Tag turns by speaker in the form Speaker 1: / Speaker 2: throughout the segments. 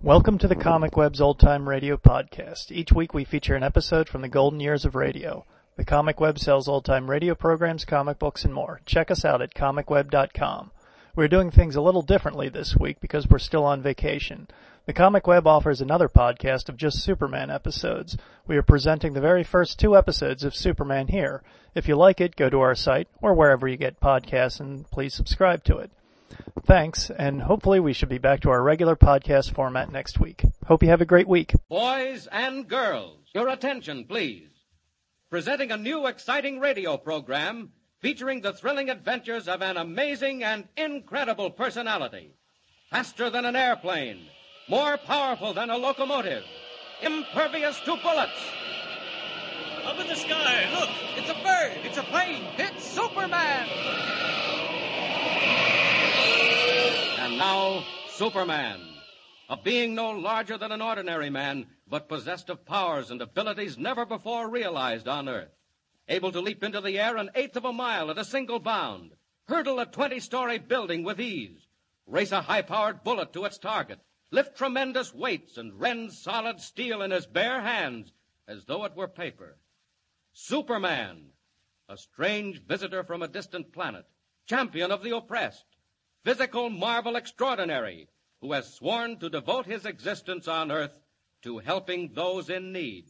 Speaker 1: Welcome to the Comic Web's Old Time Radio Podcast. Each week we feature an episode from the golden years of radio. The Comic Web sells old time radio programs, comic books, and more. Check us out at comicweb.com. We're doing things a little differently this week because we're still on vacation. The Comic Web offers another podcast of just Superman episodes. We are presenting the very first two episodes of Superman here. If you like it, go to our site or wherever you get podcasts and please subscribe to it. Thanks, and hopefully we should be back to our regular podcast format next week. Hope you have a great week.
Speaker 2: Boys and girls, your attention, please. Presenting a new exciting radio program featuring the thrilling adventures of an amazing and incredible personality. Faster than an airplane, more powerful than a locomotive, impervious to bullets. Up in the sky, look, it's a bird, it's a plane, it's Superman! And now, Superman. A being no larger than an ordinary man, but possessed of powers and abilities never before realized on Earth. Able to leap into the air an eighth of a mile at a single bound, hurdle a 20 story building with ease, race a high powered bullet to its target, lift tremendous weights, and rend solid steel in his bare hands as though it were paper. Superman, a strange visitor from a distant planet, champion of the oppressed, physical marvel extraordinary, who has sworn to devote his existence on Earth to helping those in need.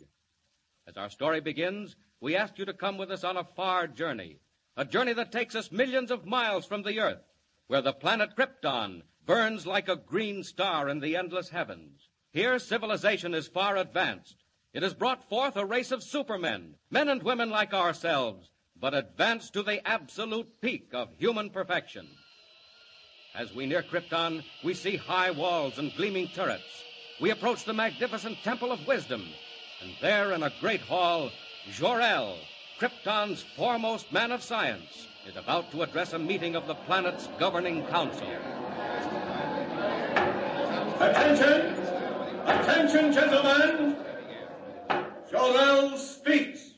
Speaker 2: As our story begins, we ask you to come with us on a far journey, a journey that takes us millions of miles from the Earth, where the planet Krypton burns like a green star in the endless heavens. Here, civilization is far advanced. It has brought forth a race of supermen, men and women like ourselves, but advanced to the absolute peak of human perfection. As we near Krypton, we see high walls and gleaming turrets. We approach the magnificent Temple of Wisdom, and there in a great hall, Jor-El, Krypton's foremost man of science, is about to address a meeting of the planet's governing council.
Speaker 3: Attention! Attention, gentlemen! Jor-El speaks.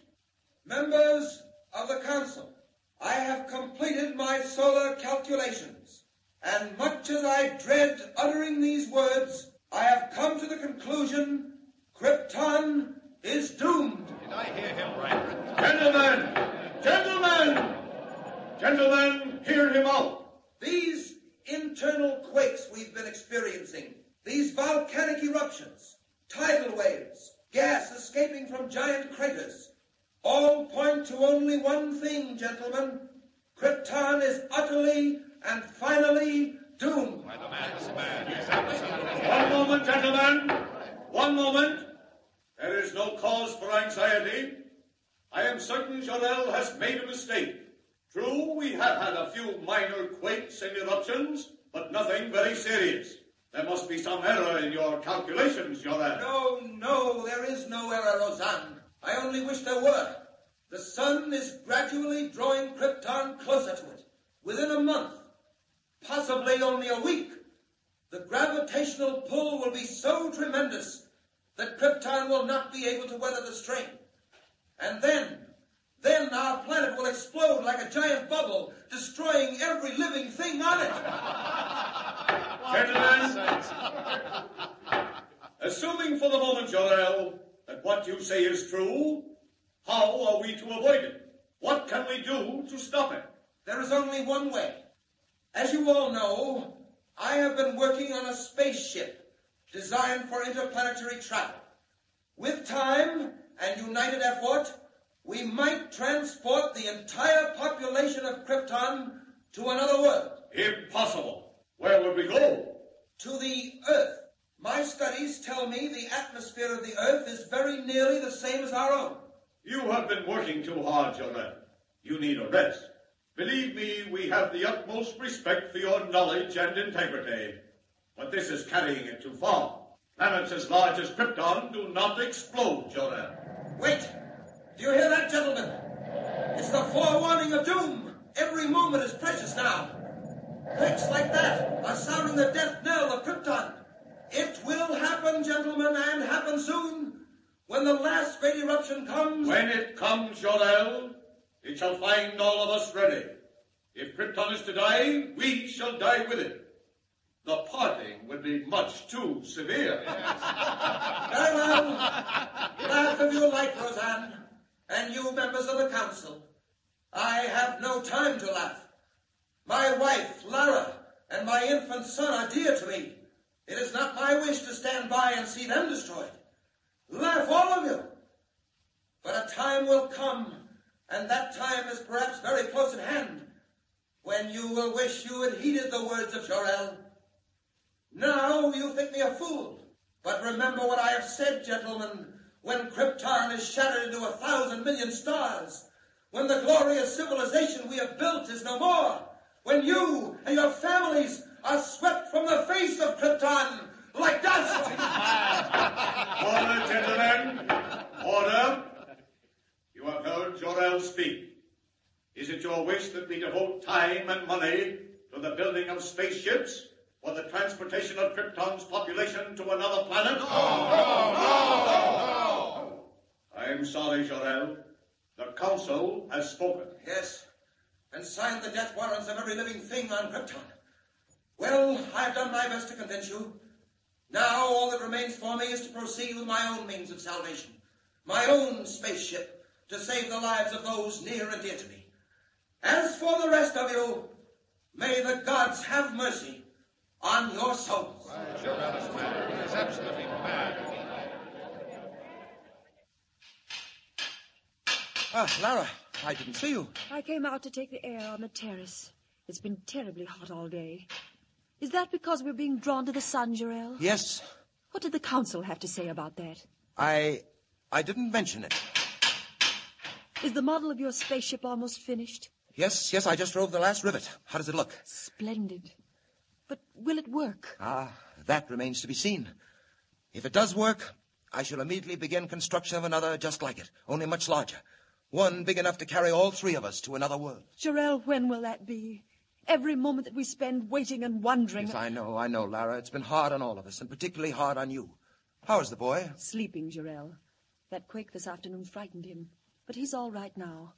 Speaker 3: Members of the council, I have completed my solar calculations, and much as I dread uttering these words, I have come to the conclusion Krypton is doomed. Gentlemen! Gentlemen! Gentlemen, hear him out! These internal quakes we've been experiencing, these volcanic eruptions, tidal waves, gas escaping from giant craters, all point to only one thing, gentlemen. Krypton is utterly and finally doomed. One moment, gentlemen. One moment. There is no cause for anxiety. I am certain Jorel has made a mistake. True, we have had a few minor quakes and eruptions, but nothing very serious. There must be some error in your calculations, Jorel.
Speaker 4: No, no, there is no error, Rosan. I only wish there were. The sun is gradually drawing Krypton closer to it. Within a month, possibly only a week, the gravitational pull will be so tremendous that Krypton will not be able to weather the strain. And then, then our planet will explode like a giant bubble, destroying every living thing on it.
Speaker 3: Gentlemen, assuming for the moment, Jorel, that what you say is true, how are we to avoid it? What can we do to stop it?
Speaker 4: There is only one way. As you all know, I have been working on a spaceship designed for interplanetary travel. With time and united effort, we might transport the entire population of Krypton to another world,
Speaker 3: Impossible. Where would we go?
Speaker 4: to the Earth. My studies tell me the atmosphere of the Earth is very nearly the same as our own.
Speaker 3: You have been working too hard, Jorel. You need a rest. Believe me, we have the utmost respect for your knowledge and integrity. But this is carrying it too far. Planets as large as Krypton do not explode, Jorel.
Speaker 4: Wait! Do you hear that, gentlemen? It's the forewarning of doom. Every moment is precious now. Quakes like that are sounding the death knell of Krypton. It will happen, gentlemen, and happen soon. When the last great eruption comes,
Speaker 3: When it comes, Jorel, it shall find all of us ready. If Krypton is to die, we shall die with it.
Speaker 4: The parting would be much too severe. Very well.
Speaker 5: Laugh if you like, Roseanne, and you members of the council. I have no time to laugh. My wife, Lara, and my infant son are dear to me. It is not my wish to stand by and see them destroyed. Laugh, all of you. But a time will come, and that time is perhaps very close at hand, when you will wish you had heeded the words of Jorel. Now you think me a fool, but remember what I have said, gentlemen, when Krypton is shattered into a thousand million stars, when the glorious civilization we have built is no more, when you and your families are swept from the face of Krypton like dust.
Speaker 4: Order, gentlemen. Order. You have heard Jorel speak. Is it your wish that we devote time and money to the building of spaceships or the transportation of Krypton's population to another planet? No, no, no, no. I'm sorry, Jorel. The Council has spoken.
Speaker 5: yes, and signed the death warrants of every living thing on Krypton. Well, I've done my best to convince you. Now all that remains for me is to proceed with my own means of salvation, my own spaceship, to save the lives of those near and dear to me. As for the rest of you, may the gods have mercy on your souls. Ah, Lara, I didn't see you.
Speaker 6: I came out to take the air on the terrace. It's been terribly hot all day. Is that because we're being drawn to the sun, Jarell?
Speaker 5: Yes,
Speaker 6: What did the council have to say about that?
Speaker 5: I, I didn't mention it.
Speaker 6: Is the model of your spaceship almost finished?
Speaker 5: Yes, yes, I just drove the last rivet. How does it look?
Speaker 6: Splendid. But will it work?
Speaker 5: Ah, that remains to be seen. If it does work, I shall immediately begin construction of another just like it, only much larger. One big enough to carry all three of us to another world.
Speaker 6: Jarell, when will that be? Every moment that we spend waiting and wondering.
Speaker 5: Yes, I know, I know, Lara. It's been hard on all of us, and particularly hard on you. How is the boy?
Speaker 6: Sleeping, Jarell. That quake this afternoon frightened him, but he's all right now.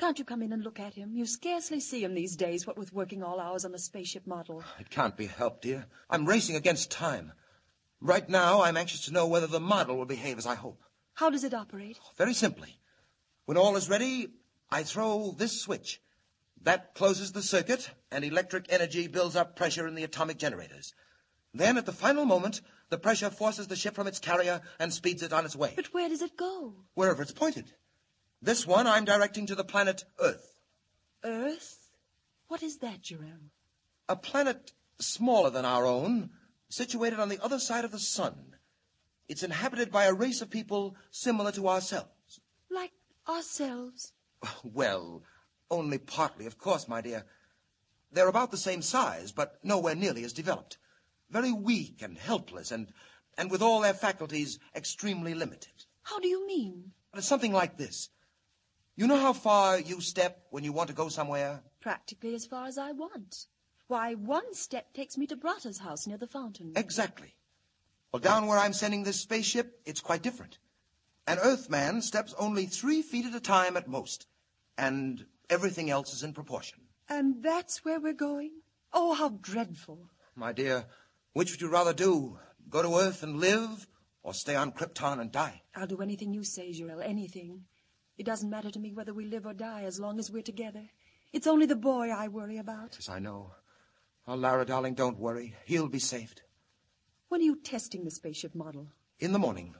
Speaker 6: Can't you come in and look at him? You scarcely see him these days, what with working all hours on the spaceship model.
Speaker 5: It can't be helped, dear. I'm racing against time. Right now, I'm anxious to know whether the model will behave as I hope.
Speaker 6: How does it operate?
Speaker 5: Very simply. When all is ready, I throw this switch. That closes the circuit, and electric energy builds up pressure in the atomic generators. Then, at the final moment, the pressure forces the ship from its carrier and speeds it on its way,
Speaker 6: But where does it go?
Speaker 5: wherever it's pointed. This one I'm directing to the planet Earth,
Speaker 6: Earth? What is that, Jerome?
Speaker 5: a planet smaller than our own, situated on the other side of the sun. It's inhabited by a race of people similar to ourselves.
Speaker 6: Like ourselves.
Speaker 5: Well, only partly, of course, my dear. They're about the same size, but nowhere nearly as developed. Very weak and helpless, and, and with all their faculties extremely limited.
Speaker 6: How do you mean?
Speaker 5: But it's something like this. You know how far you step when you want to go somewhere?
Speaker 6: Practically as far as I want. Why, one step takes me to Brata's house near the fountain.
Speaker 5: Exactly. Well, down where I'm sending this spaceship, it's quite different. An Earthman steps only three feet at a time at most, and everything else is in proportion.
Speaker 6: And that's where we're going? Oh, how dreadful.
Speaker 5: My dear, which would you rather do? Go to Earth and live, or stay on Krypton and die?
Speaker 6: I'll do anything you say, Jurel, anything. It doesn't matter to me whether we live or die as long as we're together. It's only the boy I worry about.
Speaker 5: Yes, I know. Oh, Lara, darling, don't worry. He'll be saved.
Speaker 6: When are you testing the spaceship model?
Speaker 5: In the morning,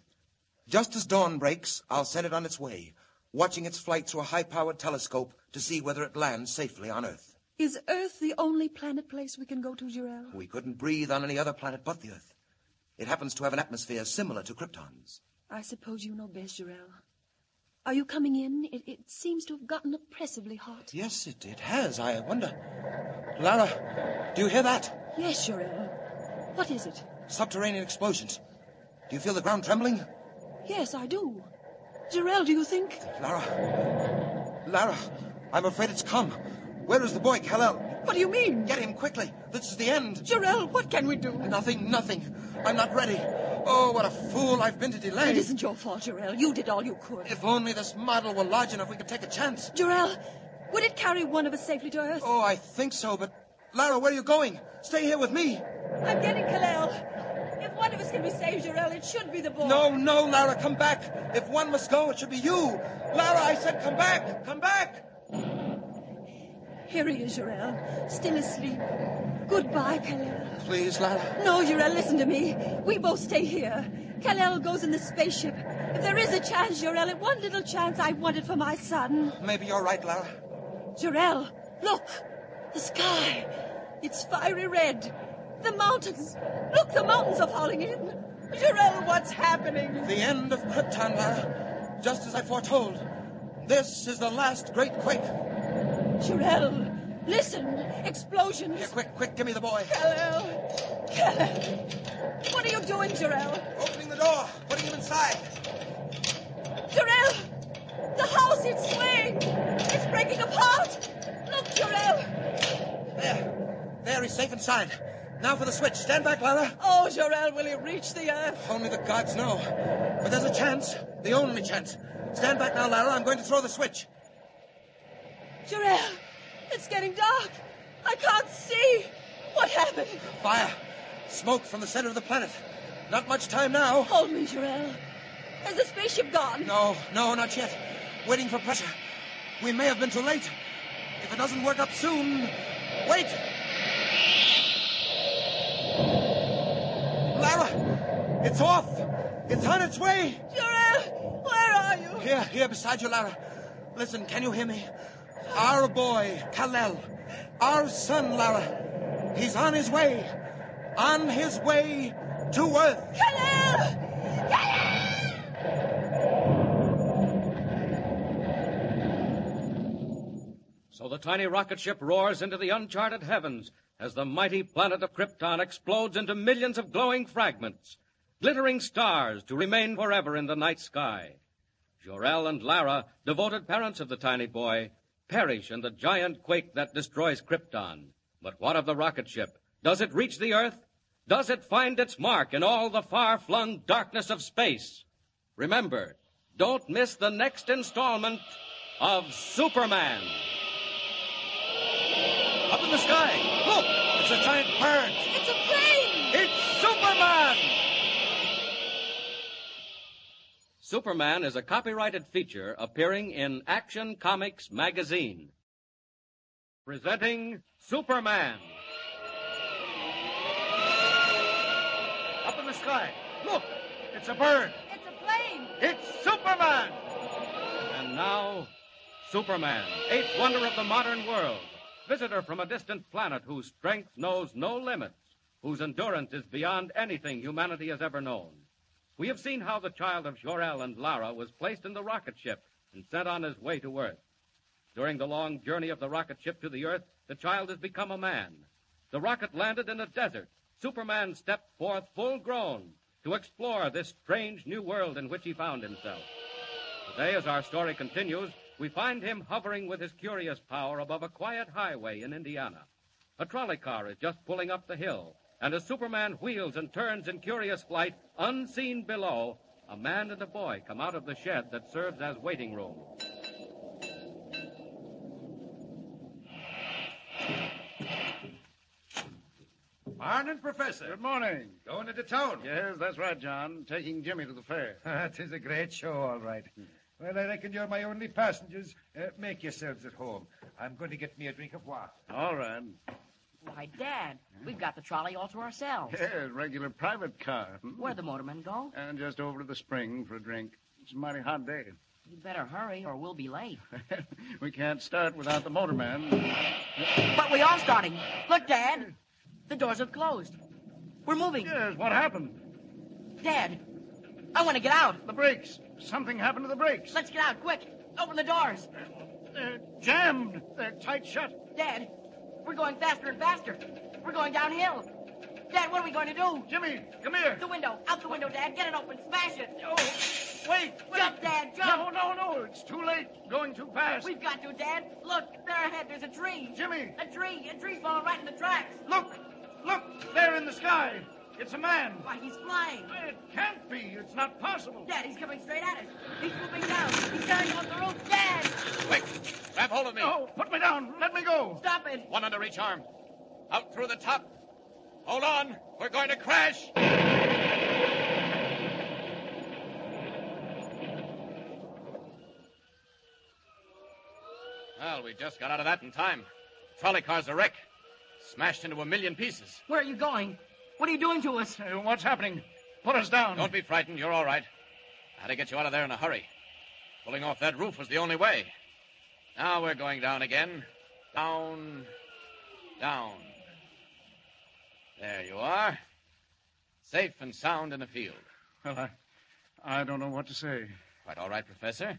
Speaker 5: just as dawn breaks, I'll send it on its way, watching its flight through a high-powered telescope to see whether it lands safely on Earth.
Speaker 6: Is Earth the only planet place we can go to, Jurel?
Speaker 5: We couldn't breathe on any other planet but the Earth. It happens to have an atmosphere similar to Krypton's.
Speaker 6: I suppose you know best, Jarell. Are you coming in? It, it seems to have gotten oppressively hot.
Speaker 5: Yes, it, it has. I wonder. Lara, do you hear that?
Speaker 6: Yes, Jarell. What is it?
Speaker 5: Subterranean explosions. Do you feel the ground trembling?
Speaker 6: Yes, I do. Jarell, do you think?
Speaker 5: Lara. Lara, I'm afraid it's come. Where is the boy, Kal-El?
Speaker 6: What do you mean?
Speaker 5: Get him quickly. This is the end.
Speaker 6: Jarell, what can we do?
Speaker 5: Nothing, nothing. I'm not ready. Oh, what a fool I've been to delay.
Speaker 6: It isn't your fault, Jarell. You did all you could.
Speaker 5: If only this model were large enough, we could take a chance.
Speaker 6: Jarell, would it carry one of us safely to Earth?
Speaker 5: Oh, I think so, but Lara, where are you going? Stay here with me.
Speaker 6: I'm getting Kalel. If one of us can be saved, Jarell, it should be the boy.
Speaker 4: No, no, Lara, come back. If one must go, it should be you. Lara, I said come back. Come back.
Speaker 6: Here he is, Jarell. Still asleep. Goodbye, Kalel.
Speaker 4: Please, Lara.
Speaker 6: No, Jarell, listen to me. We both stay here. Kalel goes in the spaceship. If there is a chance, Jarell, it one little chance I wanted for my son.
Speaker 4: Maybe you're right, Lara.
Speaker 6: Jarell, look! The sky! It's fiery red. The mountains! Look, the mountains are falling in! Jarell, what's happening?
Speaker 4: The end of Krypton, Lara. Just as I foretold. This is the last great quake.
Speaker 6: Jarell, listen!
Speaker 4: Here,
Speaker 6: Explosions!
Speaker 4: quick, quick, give me the boy.
Speaker 6: Kalel! Kalel! What are you doing, Jarell?
Speaker 4: Opening the door, putting him inside.
Speaker 6: Jarell! The house, it's swaying! It's breaking apart! Look, Jarell!
Speaker 4: There. There, he's safe inside. Now for the switch. Stand back, Lara.
Speaker 6: Oh, Jarell, will he reach the earth?
Speaker 4: Only the gods know. But there's a chance. The only chance. Stand back now, Lara. I'm going to throw the switch.
Speaker 6: Jarell, it's getting dark! I can't see! What happened?
Speaker 4: Fire. Smoke from the center of the planet. Not much time now.
Speaker 6: Hold me, Jarell. Has the spaceship gone?
Speaker 4: No, no, not yet. Waiting for pressure. We may have been too late. If it doesn't work up soon. Wait! Lara! It's off! It's on its way!
Speaker 6: Jarell, where are you?
Speaker 4: Here, here, beside you, Lara. Listen, can you hear me? Our boy, Kalel. Our son, Lara. He's on his way. On his way to Earth.
Speaker 6: Kalel! Kalel!
Speaker 2: So the tiny rocket ship roars into the uncharted heavens as the mighty planet of Krypton explodes into millions of glowing fragments, glittering stars to remain forever in the night sky. Jorel and Lara, devoted parents of the tiny boy, perish in the giant quake that destroys Krypton. But what of the rocket ship? Does it reach the Earth? Does it find its mark in all the far-flung darkness of space? Remember, don't miss the next installment of Superman. Up in the sky, look! It's a giant bird!
Speaker 6: It's a plane!
Speaker 2: It's Superman! Superman is a copyrighted feature appearing in Action Comics magazine. Presenting Superman. Up in the sky, look! It's a bird!
Speaker 6: It's a plane!
Speaker 2: It's Superman! And now, Superman, eighth wonder of the modern world, visitor from a distant planet whose strength knows no limits, whose endurance is beyond anything humanity has ever known. We have seen how the child of Jor-El and Lara was placed in the rocket ship and sent on his way to Earth. During the long journey of the rocket ship to the Earth, the child has become a man. The rocket landed in a desert. Superman stepped forth full grown to explore this strange new world in which he found himself. Today, as our story continues, we find him hovering with his curious power above a quiet highway in Indiana. A trolley car is just pulling up the hill, and as Superman wheels and turns in curious flight, unseen below, a man and a boy come out of the shed that serves as waiting room.
Speaker 7: Morning, Professor. Good morning. Going into town.
Speaker 8: Yes, that's right, John. Taking Jimmy to the fair.
Speaker 7: That is a great show, all right. Well, I reckon you're my only passengers. Uh, make yourselves at home. I'm going to get me a drink of water.
Speaker 8: All right.
Speaker 9: Why, Dad, we've got the trolley all to
Speaker 7: Oh.
Speaker 9: ourselves.
Speaker 8: Yeah, regular private car. Hmm?
Speaker 9: Where'd the motorman go?
Speaker 8: And just over to the spring for a drink. It's a mighty hot day.
Speaker 9: You better hurry or we'll be late.
Speaker 8: we can't start without the motorman.
Speaker 9: But we are starting. Look, Dad, the doors have closed. We're moving.
Speaker 8: Yes, what happened?
Speaker 9: Dad, I want to get out.
Speaker 8: The brakes. Something happened to the brakes.
Speaker 9: Let's get out quick. Open the doors.
Speaker 8: They're jammed. They're tight shut.
Speaker 9: Dad, we're going faster and faster. We're going downhill. Dad, what are we going to do?
Speaker 8: Jimmy, come here.
Speaker 9: The window. Out the window, Dad. Get it open. Smash it.
Speaker 8: Oh, wait, wait.
Speaker 9: Jump, Dad.
Speaker 8: No,
Speaker 9: Jump.
Speaker 8: no, no. It's too late. Going too fast.
Speaker 9: We've got to, Dad. Look, there ahead. There's a tree.
Speaker 8: Jimmy,
Speaker 9: A tree. A tree's falling right in the tracks.
Speaker 8: look. Look. There in the sky. It's a man.
Speaker 9: Why, he's flying.
Speaker 8: It can't be. It's not possible.
Speaker 9: Dad, he's coming straight at us. He's swooping down. He's tearing off the roof. Dad!
Speaker 4: Quick! Grab hold of me.
Speaker 8: No, put me down. Let me go.
Speaker 9: Stop it!
Speaker 4: One under each arm. Out through the top.
Speaker 10: Hold on. We're going to crash. Well, we just got out of that in time. Trolley car's a wreck. Smashed into a million pieces.
Speaker 9: Where are you going? What are you doing to us?
Speaker 11: Uh, what's happening? Put us down.
Speaker 10: Don't be frightened. You're all right. I had to get you out of there in a hurry. Pulling off that roof was the only way. Now we're going down again. Down. Down. There you are. Safe and sound in the field.
Speaker 11: Well, I, I don't know what to say.
Speaker 10: Quite all right, Professor.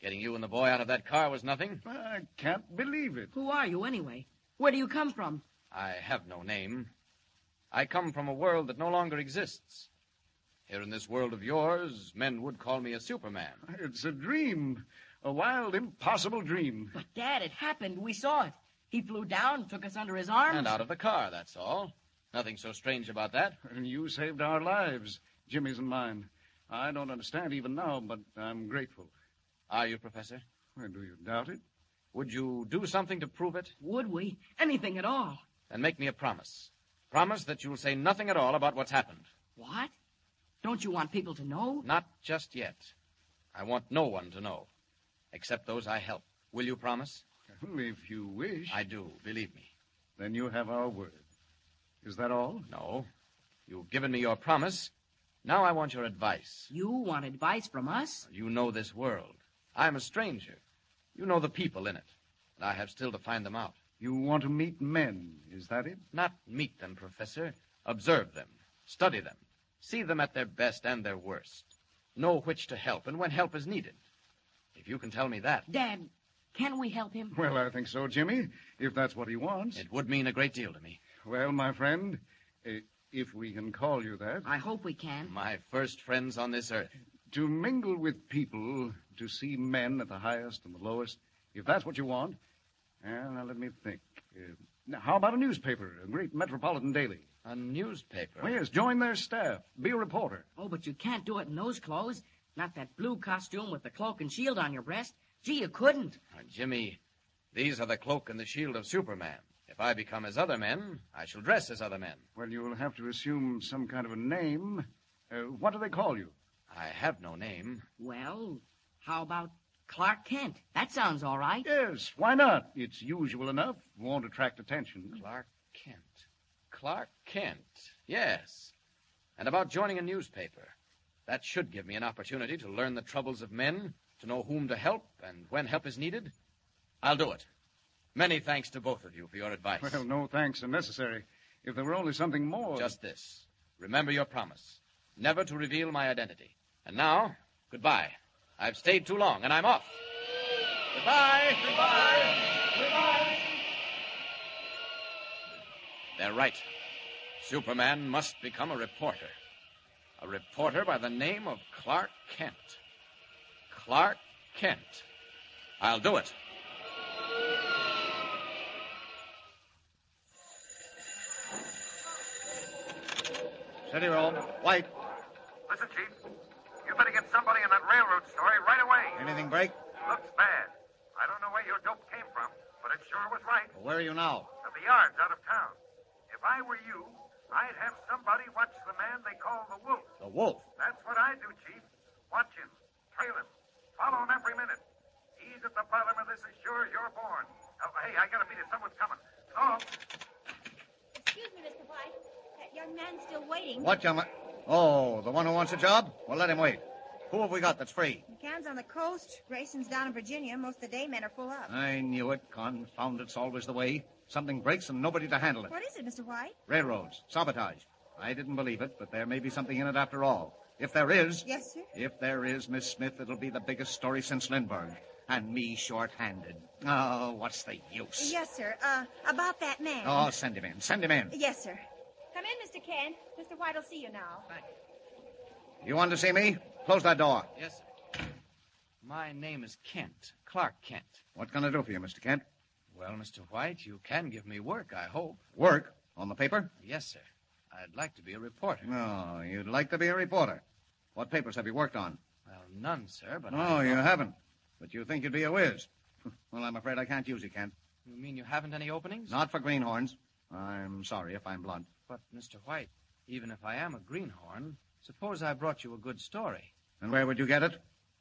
Speaker 10: Getting you and the boy out of that car was nothing.
Speaker 11: I can't believe it.
Speaker 9: Who are you, anyway? Where do you come from?
Speaker 10: I have no name. I come from a world that no longer exists. Here in this world of yours, men would call me a Superman.
Speaker 11: It's a dream. A wild, impossible dream.
Speaker 9: But, Dad, it happened. We saw it. He flew down, took us under his arms.
Speaker 10: And out of the car, that's all. Nothing so strange about that.
Speaker 11: And you saved our lives, Jimmy's and mine. I don't understand even now, but I'm grateful.
Speaker 10: Are you, Professor?
Speaker 11: Well, do you doubt it?
Speaker 10: Would you do something to prove it?
Speaker 9: Would we? Anything at all.
Speaker 10: Then make me a promise. Promise that you'll say nothing at all about what's happened.
Speaker 9: What? Don't you want people to know?
Speaker 10: Not just yet. I want no one to know, except those I help. Will you promise?
Speaker 11: Well, if you wish.
Speaker 10: I do, believe me.
Speaker 11: Then you have our word. Is that all?
Speaker 10: No. You've given me your promise. Now I want your advice.
Speaker 9: You want advice from us?
Speaker 10: You know this world. I'm a stranger. You know the people in it. And I have still to find them out.
Speaker 11: You want to meet men, is that it?
Speaker 10: Not meet them, Professor. Observe them. Study them. See them at their best and their worst. Know which to help and when help is needed. If you can tell me that,
Speaker 9: Dad, can we help him?
Speaker 11: Well, I think so, Jimmy, if that's what he wants.
Speaker 10: it would mean a great deal to me.
Speaker 11: Well, my friend, eh, if we can call you that,
Speaker 9: I hope we can.
Speaker 10: My first friends on this earth.
Speaker 11: to mingle with people, to see men at the highest and the lowest, if that's what you want. Eh, now, let me think. Eh, now, how about a newspaper, a great metropolitan daily?
Speaker 10: A newspaper.
Speaker 11: Well, yes, join their staff, be a reporter.
Speaker 9: Oh, but you can't do it in those clothes. Not that blue costume with the cloak and shield on your breast. Gee, you couldn't.
Speaker 10: Now, Jimmy, these are the cloak and the shield of Superman. If I become as other men, I shall dress as other men.
Speaker 11: Well, you'll have to assume some kind of a name. Uh, what do they call you?
Speaker 10: I have no name.
Speaker 9: Well, how about Clark Kent? That sounds all right.
Speaker 11: Yes, why not? It's usual enough, won't attract attention.
Speaker 10: Clark Kent. Clark Kent. Yes. And about joining a newspaper. That should give me an opportunity to learn the troubles of men, to know whom to help and when help is needed. I'll do it. Many thanks to both of you for your advice.
Speaker 11: Well, no thanks are necessary. If there were only something more.
Speaker 10: Just this. Remember your promise. Never to reveal my identity. And now, goodbye. I've stayed too long, and I'm off. Goodbye. Goodbye. Goodbye. They're right. Superman must become a reporter. A reporter by the name of Clark Kent. Clark Kent. I'll do it.
Speaker 8: City roll. White.
Speaker 7: Listen, Chief. You better get somebody in that railroad story right away.
Speaker 8: Anything break?
Speaker 7: Looks bad. I don't know where your dope came from, but it sure was right.
Speaker 8: Well, where are you now?
Speaker 7: At the yard's out of town. If I were you, I'd have somebody watch the man they call the wolf.
Speaker 8: The wolf.
Speaker 7: That's what I do, Chief. Watch him. Trail him. Follow him every minute. He's at the bottom of this as sure as you're born. Oh, hey, I gotta meet it. Someone's coming. So long.
Speaker 12: Excuse me, Mr. White. That young man's still waiting.
Speaker 8: What young man? Oh, the one who wants a job? Well, let him wait. Who have we got that's free?
Speaker 12: McCann's on the coast. Grayson's down in Virginia. Most of the day men are full up.
Speaker 8: I knew it. Confound it's always the way. Something breaks and nobody to handle it.
Speaker 12: What is it, Mr. White?
Speaker 8: Railroads. Sabotage. I didn't believe it, but there may be something in it after all. If there is,
Speaker 12: Yes, sir.
Speaker 8: if there is, Miss Smith, it'll be the biggest story since Lindbergh. And me short-handed. Oh, what's the use?
Speaker 12: Yes, sir. Uh, about that man.
Speaker 8: Oh, send him in. Send him in.
Speaker 12: Yes, sir. Come in, Mr. Kent. Mr. White'll see you now.
Speaker 8: You want to see me? Close that door.
Speaker 10: Yes, sir. My name is Kent. Clark Kent.
Speaker 8: What can I do for you, Mr. Kent?
Speaker 10: Well, Mr. White, you can give me work, I hope.
Speaker 8: Work? On the paper?
Speaker 10: Yes, sir. I'd like to be a reporter.
Speaker 8: No, you'd like to be a reporter. What papers have you worked on?
Speaker 10: Well, none, sir, but
Speaker 8: Oh,
Speaker 10: I...
Speaker 8: you haven't. But you think you'd be a whiz. Well, I'm afraid I can't use you, Kent.
Speaker 10: You mean you haven't any openings?
Speaker 8: Not for greenhorns. I'm sorry if I'm blunt.
Speaker 10: But, Mr. White, even if I am a greenhorn, suppose I brought you a good story.
Speaker 8: And where would you get it?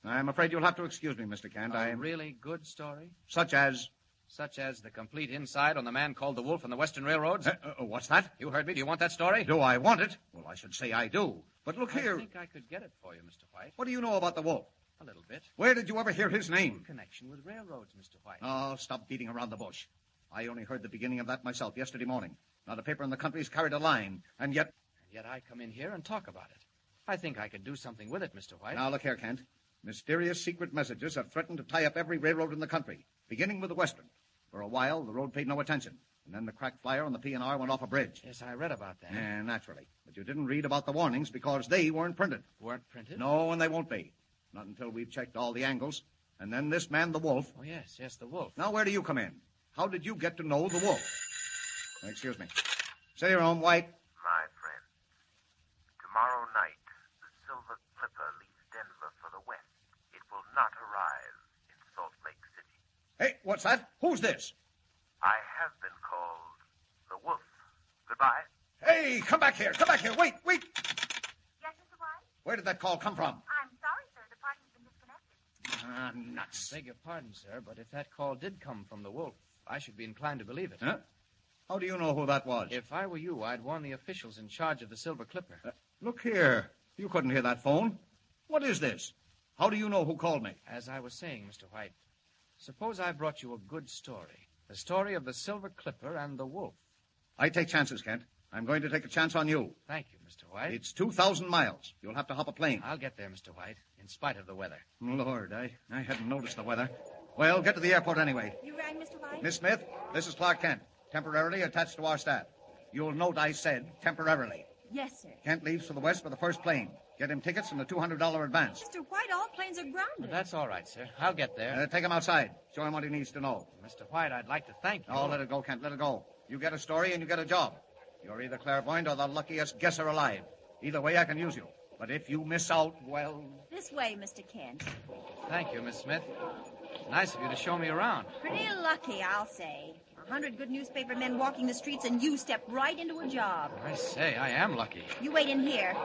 Speaker 8: I'm afraid you'll have to excuse me, Mr. Kent.
Speaker 10: a
Speaker 8: I
Speaker 10: really good story?
Speaker 8: Such as?
Speaker 10: Such as the complete insight on the man called the Wolf on the Western Railroads?
Speaker 8: uh, what's that?
Speaker 10: You heard me. Do you want that story?
Speaker 8: Do I want it? Well, I should say I do. But look
Speaker 10: I
Speaker 8: here.
Speaker 10: think I could get it for you, Mr. White.
Speaker 8: What do you know about the wolf?
Speaker 10: A little bit.
Speaker 8: Where did you ever hear his name?
Speaker 10: Connection with railroads, Mr. White.
Speaker 8: Oh, stop beating around the bush. I only heard the beginning of that myself yesterday morning. Not a paper in the country's carried a line, and yet.
Speaker 10: And yet I come in here and talk about it. I think I could do something with it, Mr. White.
Speaker 8: Now look here, Kent. Mysterious secret messages have threatened to tie up every railroad in the country, beginning with the Western. For a while, the road paid no attention, and then the crack flyer on the P&R went off a bridge.
Speaker 10: Yes, I read about that.
Speaker 8: Eh, naturally. But you didn't read about the warnings because they weren't printed.
Speaker 10: Weren't printed?
Speaker 8: No, and they won't be. Not until we've checked all the angles. And then this man, the wolf.
Speaker 10: Oh, yes, yes, the wolf.
Speaker 8: Now, where do you come in? How did you get to know the wolf? Excuse me. Say your own, White.
Speaker 13: My friend, tomorrow night, the Silver Clipper leaves Denver for the West. It will not arrive in Salt Lake City.
Speaker 8: Hey, what's that? Who's this?
Speaker 13: I have been called the Wolf. Goodbye.
Speaker 8: Hey, come back here. Come back here. Wait, wait.
Speaker 12: Yes, Mr. White?
Speaker 8: Where did that call come from?
Speaker 12: I'm sorry, sir. The party's been disconnected.
Speaker 8: Ah, nuts.
Speaker 10: Beg your pardon, sir, but if that call did come from the wolf, I should be inclined to believe it.
Speaker 8: Huh? How do you know who that was?
Speaker 10: If I were you, I'd warn the officials in charge of the Silver Clipper.
Speaker 8: Uh, look here. You couldn't hear that phone. What is this? How do you know who called me?
Speaker 10: As I was saying, Mr. White, suppose I brought you a good story. The story of the Silver Clipper and the wolf.
Speaker 8: I take chances, Kent. I'm going to take a chance on you.
Speaker 10: Thank you, Mr. White.
Speaker 8: It's 2,000 miles. You'll have to hop a plane.
Speaker 10: I'll get there, Mr. White, in spite of the weather.
Speaker 8: Lord, I, I hadn't noticed the weather. Well, get to the airport anyway.
Speaker 12: You rang, Mr. White?
Speaker 8: Miss Smith, this is Clark Kent, temporarily attached to our staff. You'll note I said temporarily.
Speaker 6: Yes, sir.
Speaker 8: Kent leaves for the West for the first plane. Get him tickets and a $200 advance.
Speaker 6: Mr. White, all planes are grounded.
Speaker 10: That's all right, sir. I'll get there.
Speaker 8: Uh, take him outside. Show him what he needs to know.
Speaker 10: Mr. White, I'd like to thank you.
Speaker 8: Oh, let it go, Kent. Let it go. You get a story and you get a job. You're either clairvoyant or the luckiest guesser alive. Either way, I can use you. But if you miss out, well,
Speaker 12: This way, Mr. Kent.
Speaker 10: Thank you, Miss Smith. Nice of you to show me around.
Speaker 12: Pretty lucky, I'll say. A hundred good newspaper men walking the streets, and you step right into a job.
Speaker 10: I say, I am lucky.
Speaker 12: You wait in here.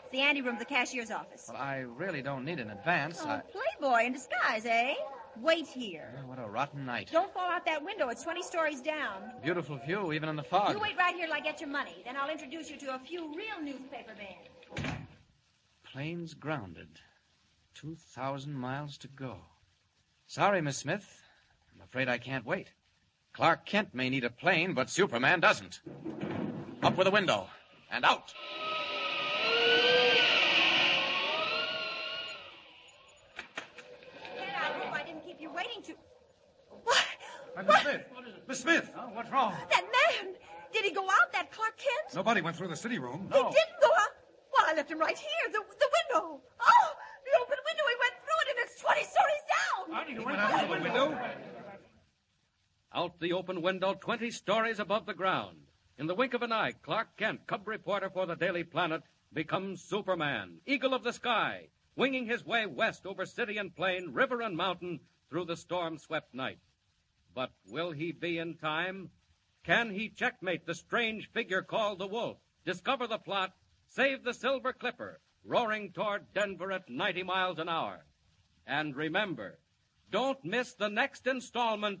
Speaker 12: It's the anteroom of the cashier's office.
Speaker 10: Well, I really don't need an advance.
Speaker 12: Oh,
Speaker 10: I...
Speaker 12: playboy in disguise, eh? Wait here.
Speaker 10: Oh, What a rotten night.
Speaker 12: Don't fall out that window. It's 20 stories down.
Speaker 10: Beautiful view, even in the fog.
Speaker 12: You wait right here till I get your money. Then I'll introduce you to a few real newspaper men.
Speaker 10: Planes grounded. 2,000 miles to go. Sorry, Miss Smith. I'm afraid I can't wait. Clark Kent may need a plane, but Superman doesn't. Up with the window and out.
Speaker 12: Kent, I hope I didn't keep you waiting too. What?
Speaker 8: Miss Smith! Miss Smith!
Speaker 7: Oh, what's wrong?
Speaker 12: That man! Did he go out, that Clark Kent?
Speaker 7: Nobody went through the city room.
Speaker 12: He didn't go out. Well, I left him right here, the, the window. Oh, the open window. He went through it, and it's 20 stories down.
Speaker 2: Out the open window, 20 stories above the ground. In the wink of an eye, Clark Kent, cub reporter for the Daily Planet, becomes Superman, eagle of the sky, winging his way west over city and plain, river and mountain, through the storm swept night. But will he be in time? Can he checkmate the strange figure called the Wolf, discover the plot, save the Silver Clipper, roaring toward Denver at 90 miles an hour? And remember, don't miss the next installment